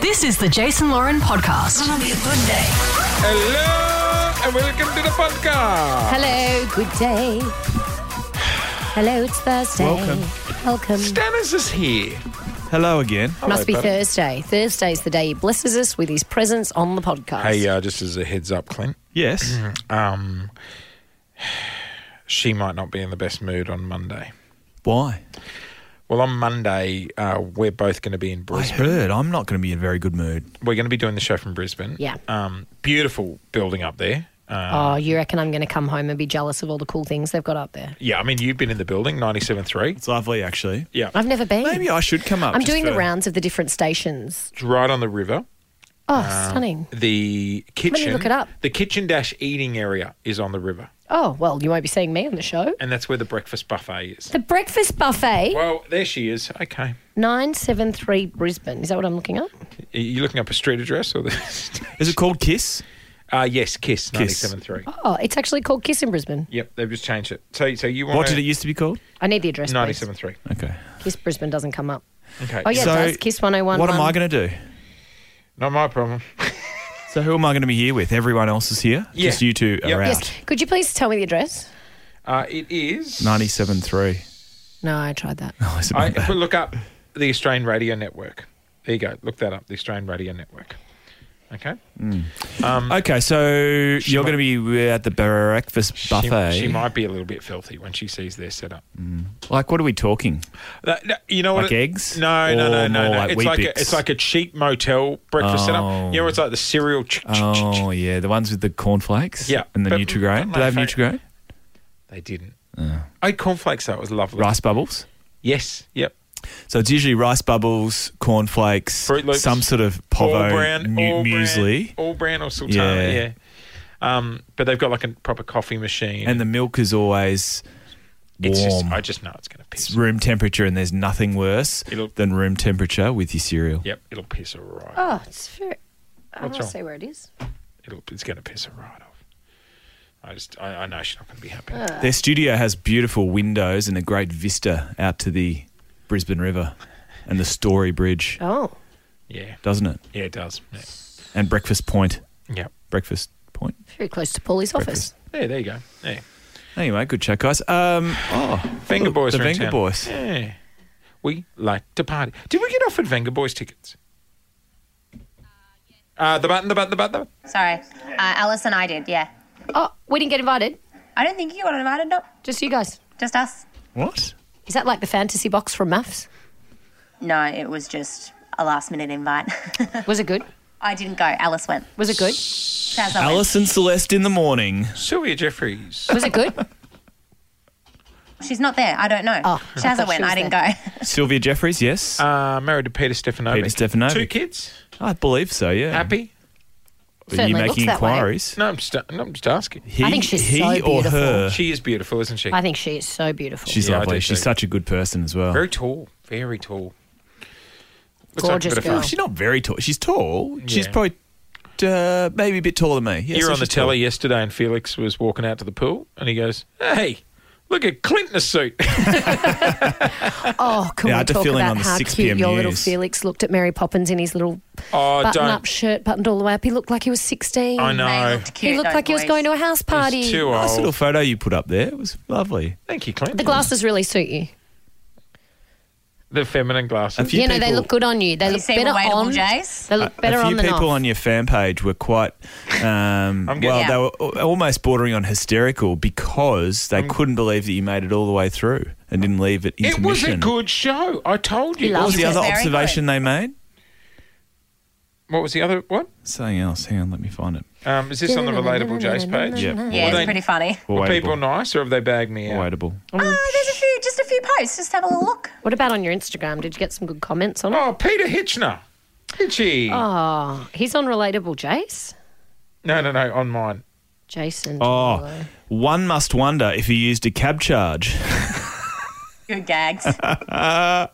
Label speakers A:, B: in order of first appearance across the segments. A: This is the Jason Lauren podcast.
B: Hello and welcome to the podcast.
C: Hello, good day. Hello, it's Thursday.
D: Welcome.
C: Welcome.
B: Dennis is here.
D: Hello again.
C: Must be
B: buddy.
C: Thursday. Thursday's the day he blesses us with his presence on the podcast.
B: Hey, uh, just as a heads up, Clint,
D: Yes.
B: um, she might not be in the best mood on Monday.
D: Why?
B: Well, on Monday, uh, we're both going to be in
D: I
B: Brisbane.
D: heard I'm not going to be in a very good mood.
B: We're going to be doing the show from Brisbane.
C: Yeah.
B: Um, beautiful building up there. Uh,
C: oh, you reckon I'm going to come home and be jealous of all the cool things they've got up there?
B: yeah, I mean, you've been in the building, 97.3.
D: It's lovely, actually.
B: Yeah.
C: I've never been.
D: Maybe I should come up.
C: I'm
D: just
C: doing the
D: for-
C: rounds of the different stations.
B: It's right on the river.
C: Oh,
B: Um,
C: stunning.
B: The kitchen.
C: look it up.
B: The kitchen dash eating area is on the river.
C: Oh, well, you won't be seeing me on the show.
B: And that's where the breakfast buffet is.
C: The breakfast buffet,
B: Well, there she is. Okay.
C: 973 Brisbane. Is that what I'm looking at?
B: Are you looking up a street address or the?
D: Is it called Kiss?
B: uh, yes, Kiss,
D: Kiss.
B: 97.3.
C: Oh, it's actually called Kiss in Brisbane.
B: Yep, they've just changed it. So, so you want
D: What did it used to be called?
C: I need the address. please.
B: 97.3.
D: Okay.
C: Kiss Brisbane doesn't come up.
B: Okay.
C: Oh, yeah,
D: So,
C: it does. Kiss 101.
D: what am I going to do?
B: Not my problem.
D: So who am I going to be here with? Everyone else is here.
B: Yeah.
D: Just you two
B: Yep.
D: are out.
C: Yes. Could you please tell me the address?
B: Uh, it is.
D: 97.3.
C: No, I tried that.
D: Oh, it's about
B: I, um,
D: that.
B: but look up the Australian Radio Network. There you go. Look that up, the Australian Radio Network. Okay. Um,
D: Okay, so you're
B: might-
D: going to be at the breakfast
B: she,
D: buffet.
B: she might be a little bit filthy when she sees their setup.
D: Like, what are we talking?
B: That- that- you know what?
D: Like
B: it-
D: eggs?
B: No, no,
D: Or
B: no, no,
D: more
B: no.
D: like
B: it's
D: Weet
B: like a,
D: Bix?
B: it's like a cheap motel breakfast
D: Oh.
B: setup. You know, it's like the cereal. ch- ch- ch- ch-
D: Oh, yeah, the ones with the cornflakes
B: Yeah,
D: and the
B: but-
D: Nutrigrain. Do
B: but
D: they have
B: my
D: Nutrigrain?
B: They didn't. I had cornflakes though. It was lovely.
D: Rice bubbles?
B: Yes. Yep.
D: So it's usually rice bubbles, cornflakes,
B: Fruit Loops,
D: some sort of povo
B: all brand,
D: mu-
B: all brand,
D: muesli,
B: all brand or sultana. Yeah.
D: Yeah.
B: Um, but they've got like a proper coffee machine.
D: and the milk is always warm.
B: it's
D: It's,
B: just, I just know it's going to piss.
D: room temperature, and there's nothing worse
B: It'll-
D: than room temperature with your cereal.
B: Yep, it'll piss her right.
C: Oh, it's very. I
B: What's
C: want to
B: wrong?
C: say where it is.
B: It'll, it's going to piss her right off. I just, I, I know she's not going to be happy.
D: Their studio has beautiful windows and a great vista out to the Brisbane River and the Story Bridge,
C: Oh,
B: yeah,
D: doesn't it?
B: yeah, it does. Yeah.
D: And Breakfast Point.
B: Yep.
D: Breakfast Point.
C: very close to Paulie's office.
B: Yeah, there you go. Yeah.
D: Anyway, good chat, guys. Um, oh,
B: Venga
D: look,
B: Boys
D: The
B: are in
D: Venga
B: town.
D: Boys.
B: Yeah. We like to party. Did we get offered Venga Boys tickets? Uh, the button, the button, the button, the button.
E: Sorry. Uh, Alice and I did, yeah.
C: Oh, we didn't get invited.
E: I don't think you got invited, no.
C: Just you guys.
E: Just us?
D: What?
C: Is that like the fantasy box from maths?
E: No, it was just a last minute invite.
C: Was it good?
E: I didn't go. Alice went.
C: Was it good?
E: Saz, I went.
D: Alice and Celeste in the morning.
B: Sylvia Jeffries.
C: Was it good?
E: She's not there. I don't know.
C: Oh, I
E: Shazza
C: thought she
E: went.
C: was
E: I didn't
C: there.
E: go.
D: Sylvia Jeffries, yes.
B: Uh, married to Peter Stefanovic.
D: Peter Stefanovic.
B: Two kids.
D: I believe so, yeah.
B: Happy?
D: Are you
C: Certainly
D: making
C: looks that way.
D: inquiries?
B: No, I'm just, no, I'm just asking.
D: He,
C: think she's
D: he
C: so
D: or
C: beautiful.
D: her.
B: She is beautiful, isn't she?
C: I think she is so beautiful.
D: She's
B: Yeah, I
D: lovely.
B: do
D: She's
B: too.
D: such a good person as well.
B: Very tall. Very tall. Looks
C: Gorgeous
B: bit of
C: girl.
B: fun.
D: She's not very tall. She's tall. She's
B: Yeah.
D: probably uh, maybe a bit taller than me. Yeah,
B: You
D: so
B: were on the
D: she's tall.
B: telly yesterday, and Felix was walking out to the pool, and he goes, "Hey, look at Clint in a suit."
C: Oh, can
D: Yeah, I
C: we
D: had to
C: talk
D: fill in
C: about
D: on the
C: how
D: 6
C: cute
D: PM
C: your little
D: news.
C: Felix looked at Mary Poppins in his little
B: oh,
C: button-up
B: don't!
C: shirt, buttoned all the way up? He looked like he was 16.
B: I
E: They
B: know.
E: looked cute,
C: He looked
E: those
C: like he was
E: boys.
C: going to a house party.
B: He's too
D: Nice
B: old.
D: little photo you put up there. It was lovely.
B: Thank you, Clint.
C: The glasses really suit you.
B: The feminine
D: A
B: glasses.
D: few
C: you know, they
D: people-
C: look good on you. They
E: You
C: look
E: seem
C: better
E: relatable,
C: on.
E: Jace.
C: They look better
D: a few
C: on than
D: people
C: off.
D: on your fan page were quite, um,
B: I'm
D: well,
B: getting-
D: they were al- almost bordering on hysterical because they couldn't believe that you made it all the way through and didn't leave it
B: It was a
D: intermission.
B: good show. I told you.
C: He
B: What was
C: loves
D: the
B: the,
D: other
E: Very good.
D: observation they made?
B: what was the other one?
D: Something else. Hang on, let me find it.
B: Um, is this on the relatable Jace page?
D: Yeah.
E: Yeah,
B: Well,
E: it's
B: they-
E: pretty funny.
B: Were people
D: Waitable.
B: nice, or have they bagged me out?
D: Waitable.
E: Oh, there's a few, just a few posts. Just have a little look.
C: What about on your Instagram? Did you get some good comments on it?
B: Oh, Peter Hitchner. Hitchy.
D: Hmm.
C: Oh, he's on Relatable Jace.
B: No, no, no. On mine.
C: Jason.
D: Oh, one must wonder if he used a cab charge.
E: Good gags.
D: Uh,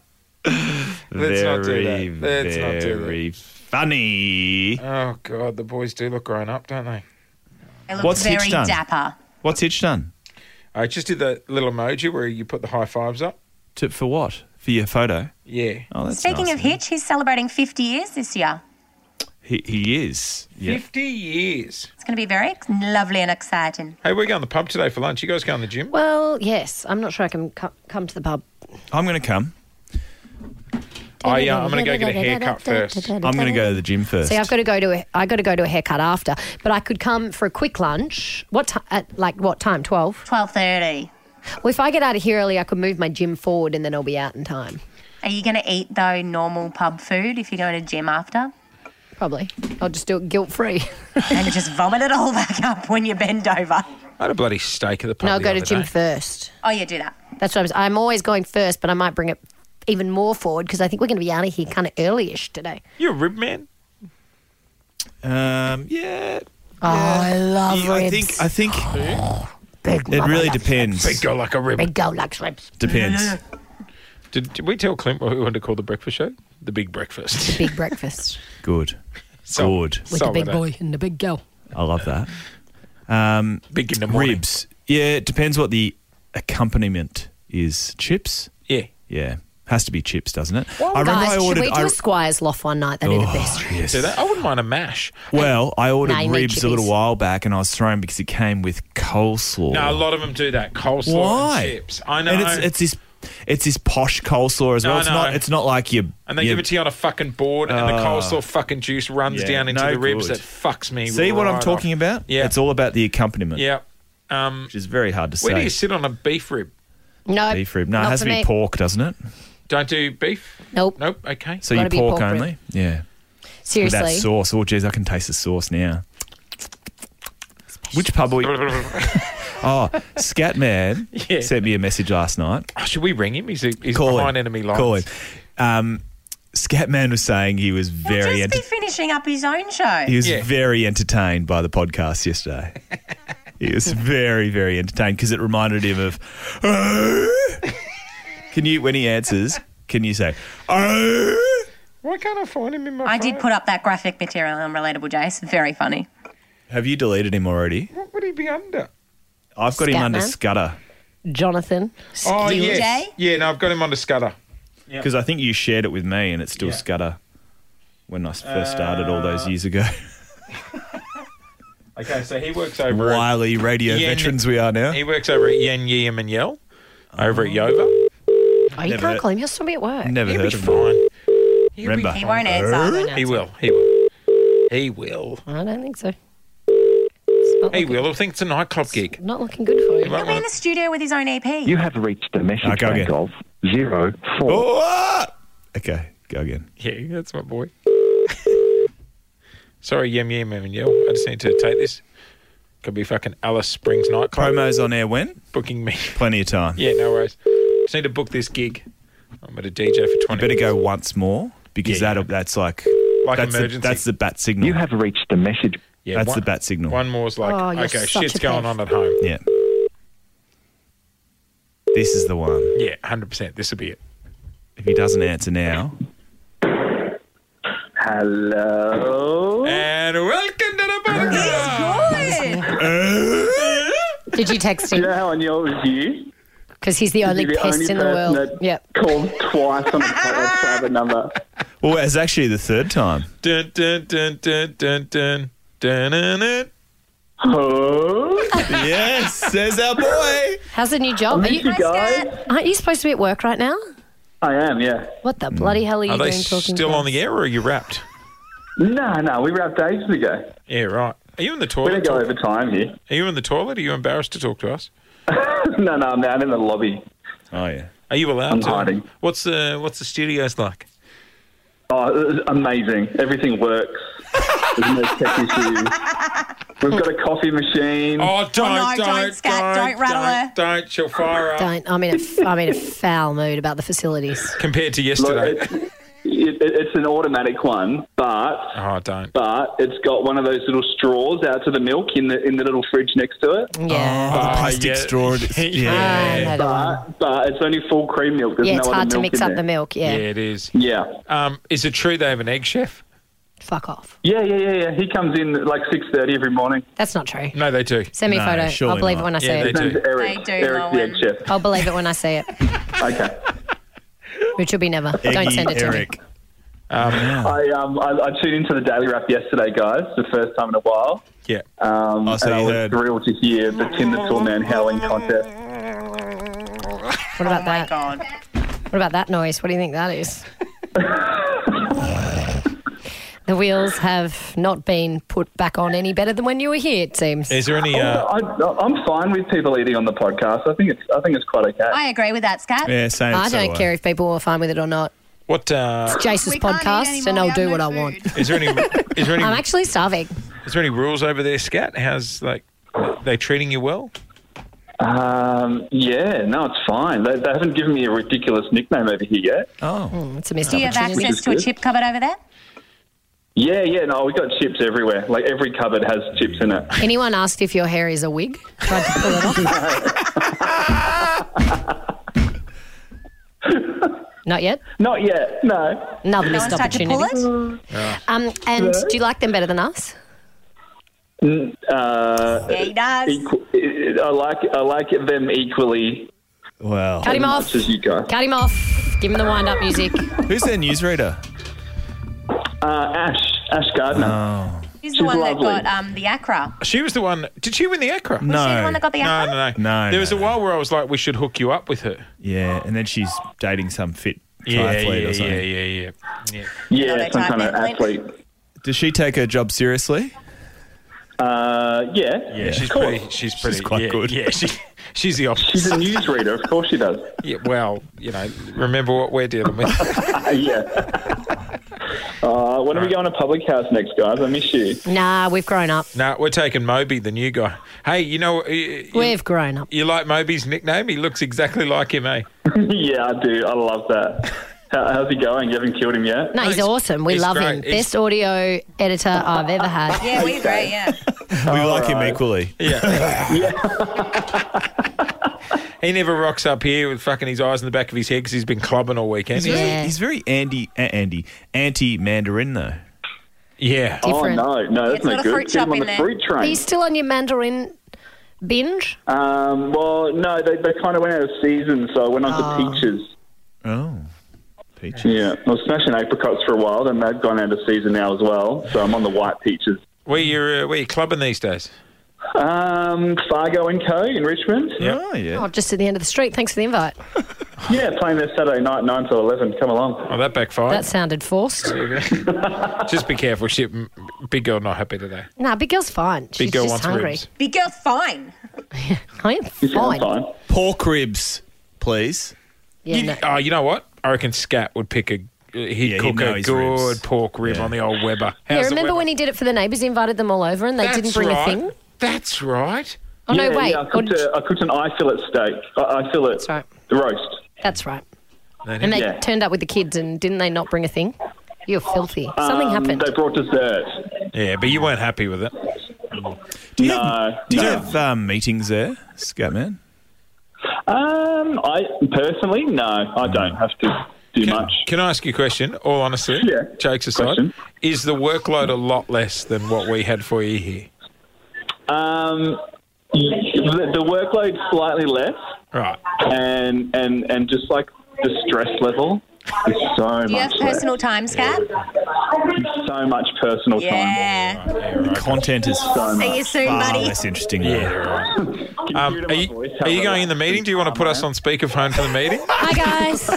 B: Let's not do
D: Very,
B: that. Let's not do that.
D: very funny.
B: Oh God, the boys do look grown up, don't they?
E: They look
D: What's Hitch
E: very
D: done?
E: dapper.
D: What's Hitch done?
B: I just did the little emoji where you put the high fives up.
D: To, for what? For your photo?
B: Yeah.
D: Oh, that's
E: Speaking
D: nice
E: of
D: of him.
E: Hitch, he's celebrating 50 years this year.
D: He, he is. Yeah.
B: 50 years.
E: It's going to be very ex- lovely and exciting.
B: Hey, we're going to the pub today for lunch. You guys going to the gym?
C: Well, yes. I'm not sure I can co- come to the pub.
D: I'm going to come.
B: I, uh, I'm going to go get a haircut first.
D: I'm going to go to the gym first.
C: See, I've got to go to a, I got to go to a haircut after, but I could come for a quick lunch. What ti at like what time? Twelve.
E: 12.30.
C: Well, if I get out of here early, I could move my gym forward, and then I'll be out in time.
E: Are you going to eat, though, normal pub food if you're going to gym after?
C: Probably. I'll just do it guilt free.
E: And just vomit it all back up when you bend over.
B: I had a bloody steak at the pub.
C: no, I'll
B: the
C: go to
B: other
C: gym
B: day.
C: first.
E: Oh, yeah, do that.
C: That's what I'm. I'm always going first, but I might bring it even more forward because I think we're going to be out of here kind of early-ish today.
B: You a rib man?
D: Um, yeah.
C: Oh, I love
D: Yeah, I
C: ribs.
D: think I think
C: big
D: it
C: love
D: really
C: ribs.
B: Big
D: depends.
B: girl like a rib.
C: Big girl likes ribs.
D: Depends.
B: Did, did we tell Clint what we wanted to call the breakfast show? The Big Breakfast.
C: Big breakfast
D: Good.
B: So-
D: Good.
B: so
C: with the big
B: that.
C: boy and the big girl.
D: I love that.
B: Big in the morning.
D: Ribs. Yeah, it depends what the accompaniment is. Chips?
B: Yeah.
D: Yeah. Has to be chips, doesn't it?
C: Well,
D: I remember
C: Oh, guys,
D: I
C: should
D: ordered
C: we do
D: I-
C: a Squire's Loft one night? That'd be the best.
D: Oh, yes.
B: Do that. I wouldn't mind a mash.
D: Well, I ordered
C: No, you need
D: ribs a little
C: chippies.
D: while back and I was thrown because it came with coleslaw.
B: No, a lot of them do that. Coleslaw
D: Why?
B: and chips. I know.
D: And it's, it's this it's this posh coleslaw as
B: No,
D: well. It's
B: no.
D: not it's not like you
B: and they give it to you on a fucking board, and the coleslaw fucking juice runs
D: Ah. yeah,
B: down into
D: no
B: the ribs.
D: good.
B: That fucks me.
D: See what I'm
B: right
D: talking
B: off.
D: about?
B: Yeah.
D: It's all about the accompaniment.
B: Yeah. Um,
D: Which is very hard to
B: where do
D: say.
B: you sit on a beef rib?
C: No,
D: beef rib. No, it
C: not
D: has
C: for
D: to be
C: me.
D: pork, doesn't it?
B: Don't do beef.
C: Nope.
B: Nope. Okay.
D: So you
C: Gotta be
D: pork,
C: pork rib.
D: only? Yeah. With that
C: Seriously.
D: sauce. Oh, geez, I can taste the sauce now. Which pub? Are you? Oh, Scatman
B: Yeah.
D: sent me a message last night.
B: Oh, should we ring him? He's, he's
D: Call
B: behind
D: him.
B: enemy lines.
D: Call him. Um, Scatman was saying he was
E: He'll
D: very
E: just
D: enter-
E: be finishing up his own show.
D: he was
B: Yeah.
D: very entertained by the podcast yesterday. he was very very entertained because it reminded him of. "Oh." can you when he answers? Can you say? "Oh."
B: Why can't I find him in my?
E: I did
B: phone?
E: put up that graphic material on Relatable Jace. Very funny.
D: Have you deleted him already?
B: What would he be under?
D: I've got him under
C: Scatman?
D: Scudder.
C: Jonathan.
B: Oh
E: Excuse
B: yes.
E: Jay?
B: Yeah. No, I've got him under Scudder.
D: Because I think you shared it with me, and it's still
B: Yeah. Uh,
D: Scudder when I s- first started all those years ago.
B: Okay. So he works over. at-
D: Wily radio
B: Yeah, n-
D: veterans we are now.
B: He works over at Yen Yim and Yell, over
D: Ah.
B: at Yova.
C: Oh, you
D: Never
C: can't
D: heard-
C: call him. He'll still be at work.
D: Never
B: He'll be
D: heard of him.
B: fine. He'll
D: Remember,
E: He won't answer.
B: Be, he will. He will. He will.
C: I don't think so. It's not
B: He
C: looking,
B: will. He'll think it's a nightclub gig.
C: not looking good for
B: He
C: you.
B: won't
E: He'll be in
B: want
E: the studio with his own E EP.
F: You have reached the message
D: Okay,
F: bank
D: okay.
F: of zero four.
D: Oh! Okay, go again.
B: to. Yeah, that's my boy. Sorry, Yem Yim and Yell. I just need to take this. Could be fucking Alice Springs nightclub
D: Promos on air when?
B: booking me.
D: Plenty of time.
B: Yeah, no worries. Just need to book this gig. I'm at a DJ for 20
D: You better go once more because
B: Yeah,
D: that that's like,
B: Like
D: that's, the,
B: emergency.
D: that's the bat signal.
F: You have reached the message.
B: Yeah,
D: that's the bat signal.
B: One more's like,
C: Oh, you're
B: okay,
C: such
B: shit's
C: a
B: going
C: pest.
B: on at home.
D: yeah. This is the one.
B: Yeah, 100%. This will be it.
D: If he doesn't answer now,
F: Hello.
B: And welcome to the bunker.
C: Did you text
G: You
C: him?
G: know how I knew it was you?
C: Because he's the only
G: You're the
C: pest
G: only
C: in the
G: person
C: world.
G: that
C: Yep.
G: called twice on a pri- private number.
D: well, Oh, it's actually the third time.
B: Dun, dun, dun, dun, dun, dun, dun, dun, dun.
G: Hello?
D: yes, there's our boy.
C: How's the new job? Are
G: Miss you
C: you,
G: guys.
C: aren't you supposed to be at work right now?
G: I am, yeah.
C: What the bloody hell are you
B: Are they
C: doing talking
B: still
C: to us?
B: on the air or are you wrapped?
G: No, no, we wrapped ages ago.
B: Yeah, right. Are you in the
G: We don't
B: toilet?
G: go over time here.
B: Are you in the toilet? Are you embarrassed to talk to us?
G: no, no, I'm down in the lobby.
D: Oh yeah.
B: Are you allowed
G: I'm
B: to?
G: hiding.
B: What's the What's the studios like?
G: Oh, it was amazing. Everything works. There's no tech issues. We've got a coffee machine.
B: Oh, don't,
E: no,
B: don't,
E: don't, Scat, don't rattle
B: don't,
E: her.
B: Don't, she'll fire up.
C: Don't. I'm in, a, I'm in a foul mood about the facilities.
B: Compared to
G: Look,
B: yesterday.
G: it's, it, it, it's an automatic one, but
B: oh, don't.
G: but it's got one of those little straws out to the milk in the in the little fridge next to it.
C: Yeah.
D: The
B: Ah,
D: plastic
B: yeah.
D: straw. Yeah.
C: I know the one.
G: But, but it's only full cream milk. There's
C: Yeah,
G: no
C: it's
G: other
C: hard to
G: milk
C: mix
G: in
C: up
G: there.
C: the milk.
B: Yeah,
C: Yeah.
B: it is.
G: Yeah.
B: Um, is it true they have an egg chef?
C: Fuck off.
G: Yeah, yeah, yeah, yeah. He comes in at like six thirty every morning.
C: That's not true.
B: No, they do.
C: Send me
D: No,
C: a photo. I'll
D: surely
C: believe
D: not.
C: it when I see it.
B: Yeah, they
G: His name's
B: do.
G: Eric.
E: They do,
G: Eric's the
E: Owen.
G: head chef.
C: I'll believe it when I see it,
G: Okay.
C: which will be never. Don't
D: Eggy
C: send it to me.
D: Eric.
G: I, um, I, I tuned into the Daily Wrap yesterday, guys, the first time in a while.
B: Yeah.
G: Um,
D: Oh, so
G: and I
D: you
G: was
D: heard- Uh.
G: thrilled to hear the Tinder Tool Man howling contest.
C: What about
E: Oh my
C: that?
E: god.
C: What about that noise? What do you think that is? the wheels have not been put back on any better than when you were here, it seems.
B: Is there any? Uh,
G: I, I'm fine with people eating on the podcast. I think it's I think it's quite okay.
E: I agree with that, Scat.
D: Yeah, same.
C: I
D: so
C: don't care if people are fine with it or not.
B: what? Uh,
C: Jace's
E: We can't eat
C: podcast,
E: anymore,
C: and
E: we
C: I'll
E: have
C: do
E: no
C: what I
E: food.
C: want.
B: is there any? Is there any?
C: I'm actually starving.
B: is there any rules over there, Scat? How's like? Are they treating you well?
G: Um, yeah, no, it's fine. They, they haven't given me a ridiculous nickname over here yet.
D: Oh,
C: Mm, It's a missed
E: Do you have
C: opportunity.
E: access to a chip cupboard over there?
G: Yeah, yeah, no, we've got chips everywhere. Like every cupboard has chips in it.
C: Anyone asked if your hair is a wig? Tried to pull it off. Not yet.
G: Not yet, no.
C: Another
E: No
C: missed
E: one's tried to pull
C: opportunity.
E: it?
C: Um, and do you like them better than us?
G: N- Uh,
E: Yeah, he does.
G: equ- I like I like them equally
D: well.
C: Cut him off.
G: much as you guys.
C: Cut him off. Give him the wind up music.
D: Who's their newsreader?
G: Uh, Ash, Ash Gardner.
E: He's the one
G: lovely.
E: that got um, the Accra.
B: She was the one. Did she win the Accra?
E: Was she the one that got the
B: No,
E: Accra?
B: no, no.
D: No,
B: There was
D: no,
B: a
D: no.
B: while where I was like, we should hook you up with her.
D: Yeah, and then she's dating some fit triathlete
B: Yeah, yeah,
D: or
B: yeah,
D: something.
B: yeah, yeah, yeah.
G: yeah,
E: Another
G: some kind of
E: triathlete.
G: athlete.
D: Does she take her job seriously?
G: Uh, yeah,
B: Yeah, she's
G: of course.
B: pretty. She's pretty.
D: quite
B: yeah,
D: good.
B: Yeah, she, she's the opposite.
G: She's a newsreader, of course she does.
B: Yeah, well, you know, remember what we're dealing with.
G: Uh, yeah. Uh, when are we going to public house next, guys? I miss you.
C: Nah, we've grown up.
B: no, nah, we're taking Moby, the new guy. Hey, you know, you, you,
C: We've grown up.
B: you like Moby's nickname? He looks exactly like him, eh?
G: yeah, I do. I love that. How, how's he going? You haven't killed him yet?
C: No, he's
B: he's-
C: awesome. We
B: he's
C: love
B: great.
C: him.
B: He's-
C: Best audio editor I've ever had.
E: Yeah, we agree, yeah.
D: we like him equally.
B: Yeah. he never rocks up here with fucking his eyes in the back of his head because he's been clubbing all weekend.
D: He's, very,
C: Yeah.
D: he's very Andy, uh, Andy, anti Mandarin though.
B: Yeah.
C: Different.
G: Oh no, no, that's
E: It's
G: no
E: not a
G: good.
E: fruit
G: Get
E: shop
G: him on
E: in
G: the
E: there.
G: fruit train.
C: Are you still on your Mandarin binge?
G: Um, well, no, they, they kind of went out of season, so I went on
E: Ah.
G: to peaches.
D: Oh, peaches.
G: Yeah, I was smashing apricots for a while, then they've gone out of season now as well. So I'm on the white peaches.
B: Where you uh, where you clubbing these days?
G: Um, Fargo and Co. in Richmond.
D: Oh yeah.
C: Oh, just at the end of the street. Thanks for the invite.
G: Yeah, playing there Saturday night, nine till eleven. Come along.
B: Oh, that backfired.
C: That sounded forced.
B: Just be careful, shit. M- Big girl not happy today.
C: Nah, big girl's fine. She's
B: Big girl
C: just
B: wants
C: hungry.
B: ribs.
E: Big girl's fine.
C: I am
G: You
C: fine.
G: sound fine.
D: Pork ribs, please.
C: Yeah,
B: You-
C: no.
B: Oh, you know what? I reckon Scat would pick a. He'd
D: Yeah, he'd
B: cook
D: know
B: a
D: his
B: good
D: ribs.
B: pork rib
D: Yeah.
B: on the old Weber.
C: Yeah,
B: How's the
C: remember
B: Weber?
C: when he did it for the neighbours? He invited them all over and they
B: That's
C: didn't bring
B: right.
C: a thing?
B: That's right.
C: Oh,
G: yeah,
C: no, wait.
G: Yeah, I
C: Or-
G: cooked, a, I cooked an eye fillet steak. I, I fillet.
C: That's right.
G: The roast.
C: That's right.
B: They
C: And they
G: Yeah.
C: turned up with the kids and didn't they not bring a thing? You're filthy. Something
G: Um,
C: happened.
G: They brought dessert.
B: Yeah, but you weren't happy with it.
D: Do you
G: No,
D: have, do you
G: no.
D: have um, meetings there, Scatman?
G: Um, I personally, no, I don't have to do
B: Can,
G: much.
B: can I ask you a question? All honestly,
G: Yeah.
B: jokes aside,
G: Question.
B: is the workload a lot less than what we had for you here?
G: Um, the, the workload slightly less.
B: Right.
G: and and and just like the stress level is so
E: Do you have
G: much less.
E: personal time, Scat?
G: so much personal
E: Yeah.
D: Content is far
G: time. So
E: See
G: much.
E: you soon, buddy.
D: less interesting.
B: Yeah.
D: though.
B: Right.
G: Can
B: Um, are
G: hear it in my
B: you,
G: voice
B: are
G: how
B: you going in the
G: relaxed
B: meeting? Do you want to put us on speakerphone for the meeting?
C: Hi, guys.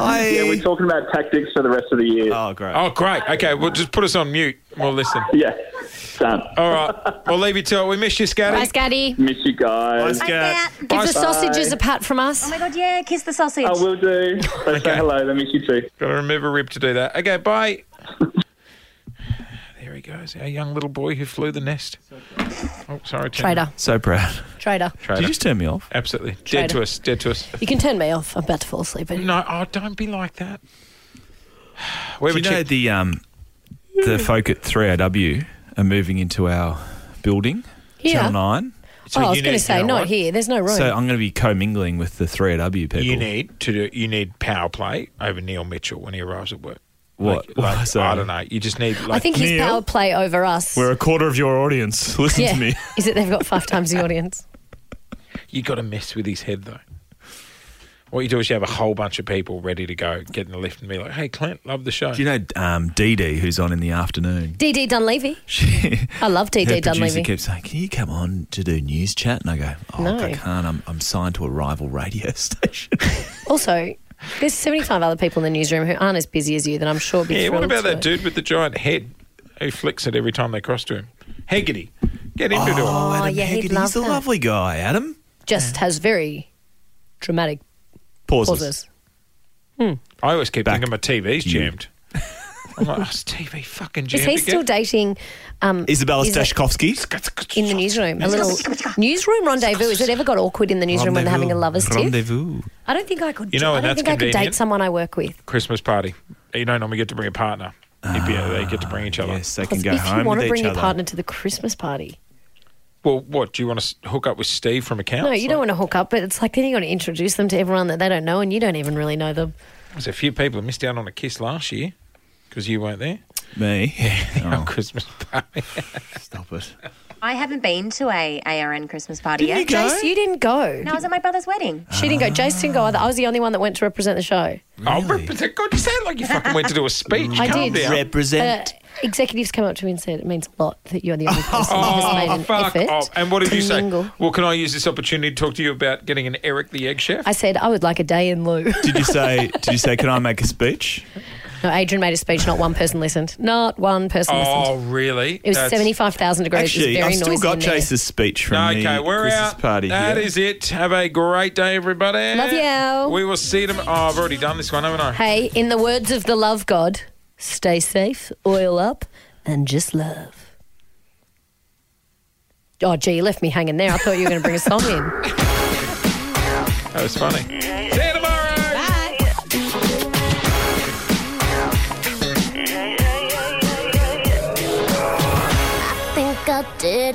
D: I-
G: Yeah, we're talking about tactics for the rest of the year.
D: oh great.
B: Oh, great. Okay, well, just put us on mute. We'll listen.
G: Yeah, done.
B: All right. We'll leave you to it. We miss you, Scatty.
C: Hi, Scatty.
G: Miss you guys.
D: Bye,
E: Hi,
D: Scat.
E: Scat.
C: Give the sausages a pat from us.
E: Oh my god, yeah, kiss the sausage.
G: I Oh, will do. They
B: Okay.
G: say hello. They miss you too.
B: Got to remove a rib to do that. Okay, bye. there he goes, our young little boy who flew the nest. Oh, sorry, Tim.
C: Trader.
D: So proud.
C: Trader.
D: Did
B: Trader.
D: you just turn me off?
B: Absolutely. Dead
C: Trader.
B: to us. Dead to us.
C: You can turn me off. I'm about to fall asleep.
B: No, oh, don't be like that. We
D: Do
B: were
D: you know
B: check-
D: the um, the folk at 3RW are moving into our building,
C: Here?
D: Channel Nine.
B: so
C: oh, I was
B: you
C: going
B: need-
C: to say,
B: you know
C: not
B: what?
C: here. There's no room.
D: So I'm going to be co-mingling with the 3RW people.
B: You need to do. You need power play over Neil Mitchell when he arrives at work.
D: What?
B: Like, like,
D: Sorry.
B: I don't know. You just need. Like,
C: I think his
D: Neil?
C: power play over us.
D: We're a quarter of your audience. Listen
C: yeah.
D: to me.
C: Is it they've got five times the audience?
B: you got to mess with his head though. What you do is you have a whole bunch of people ready to go, get in the lift and be like, hey, Clint, love the show.
D: Do you know um, Dee Dee, who's on in the afternoon?
C: DD Dunleavy.
D: She,
C: I love DD
D: her producer
C: Dunleavy.
D: keeps saying, "Can you come on to do news chat?" And I go, "Oh,
C: No.
D: I can't. I'm, I'm signed to a rival radio station."
C: Also, there's 75 other people in the newsroom who aren't as busy as you that I'm sure would be
B: yeah, what
C: thrilled
B: about
C: to
B: that
C: it.
B: dude with the giant head who flicks it every time they cross to him? Hegarty. Get him to do it.
D: oh, Adam
C: yeah, he'd
D: Hegarty,
C: love
D: he's a
C: that.
D: lovely guy. Adam
C: Just has very dramatic
D: pauses.
C: pauses.
B: I always keep
D: Back
B: thinking my TV's
D: you.
B: jammed. I'm like, oh, is TV fucking jammed
C: Is he
B: again?
C: still dating um,
D: Isabella
C: Is it-
D: Stashkovsky.
C: in the newsroom? A little newsroom rendezvous. Has it ever got awkward in the newsroom when they're having a lover's tiff?
D: Rendezvous.
C: I don't think I could.
B: You know,
C: I
B: and
C: don't
B: that's
C: think I could date
B: convenient.
C: someone I work with.
B: Christmas party. You don't normally get to bring a partner. You'd be- they get to bring each other.
D: Ah, Yes, they can
C: Because
D: go
C: if
D: home
C: you want
D: with
C: to bring
D: each
C: your
D: other.
C: partner to the Christmas party,
B: Well, what do you want to hook up with Steve from accounts?
C: no, you don't want to hook up. But it's like then you got to introduce them to everyone that they don't know, and you don't even really know them.
B: There's a few people who missed out on a kiss last year because you weren't there
D: Me.
B: on
D: Oh,
B: Christmas party.
D: stop it.
E: I haven't been to a ARN Christmas party
D: Didn't
E: yet.
D: you go?
C: Jace, you didn't go.
E: No, I was at my brother's wedding.
C: She didn't go. Jace didn't go either. I was the only one that went to represent the show.
B: Oh, but God, you sound like you fucking went to do a speech.
C: I
B: Calm
C: did.
B: down.
C: Uh,
D: Represent.
C: executives came up to me and said, "It means a lot that you're the only person that has made
B: Oh,
C: an
B: fuck
C: effort."
B: off. And what did
C: to
B: you say?
C: mingle."
B: Well, can I use this opportunity to talk to you about getting an Eric the Egg Chef?
C: I said, "I would like a day in lieu."
D: Did you say? Did you say? Can I make a speech?
C: no, Adrian made a speech. Not one person listened. Not one person
B: oh,
C: listened.
B: really?
C: It was
B: That's-
C: seventy-five thousand degrees.
D: Actually,
C: it
D: I've
C: was very
D: still
C: noisy
D: got
C: in there.
D: Chase's speech from
B: Okay,
D: the
B: we're
D: Christmas
B: out.
D: party.
B: That
D: here.
B: is it. Have a great day, everybody.
C: Love you.
B: We will see them. Oh, I've already done this one, haven't I?
C: Hey, in the words of the love god, stay safe, oil up, and just love. Oh, gee, you left me hanging there. I thought you were going to bring a song in.
B: That was funny. See you tomorrow.
H: think I did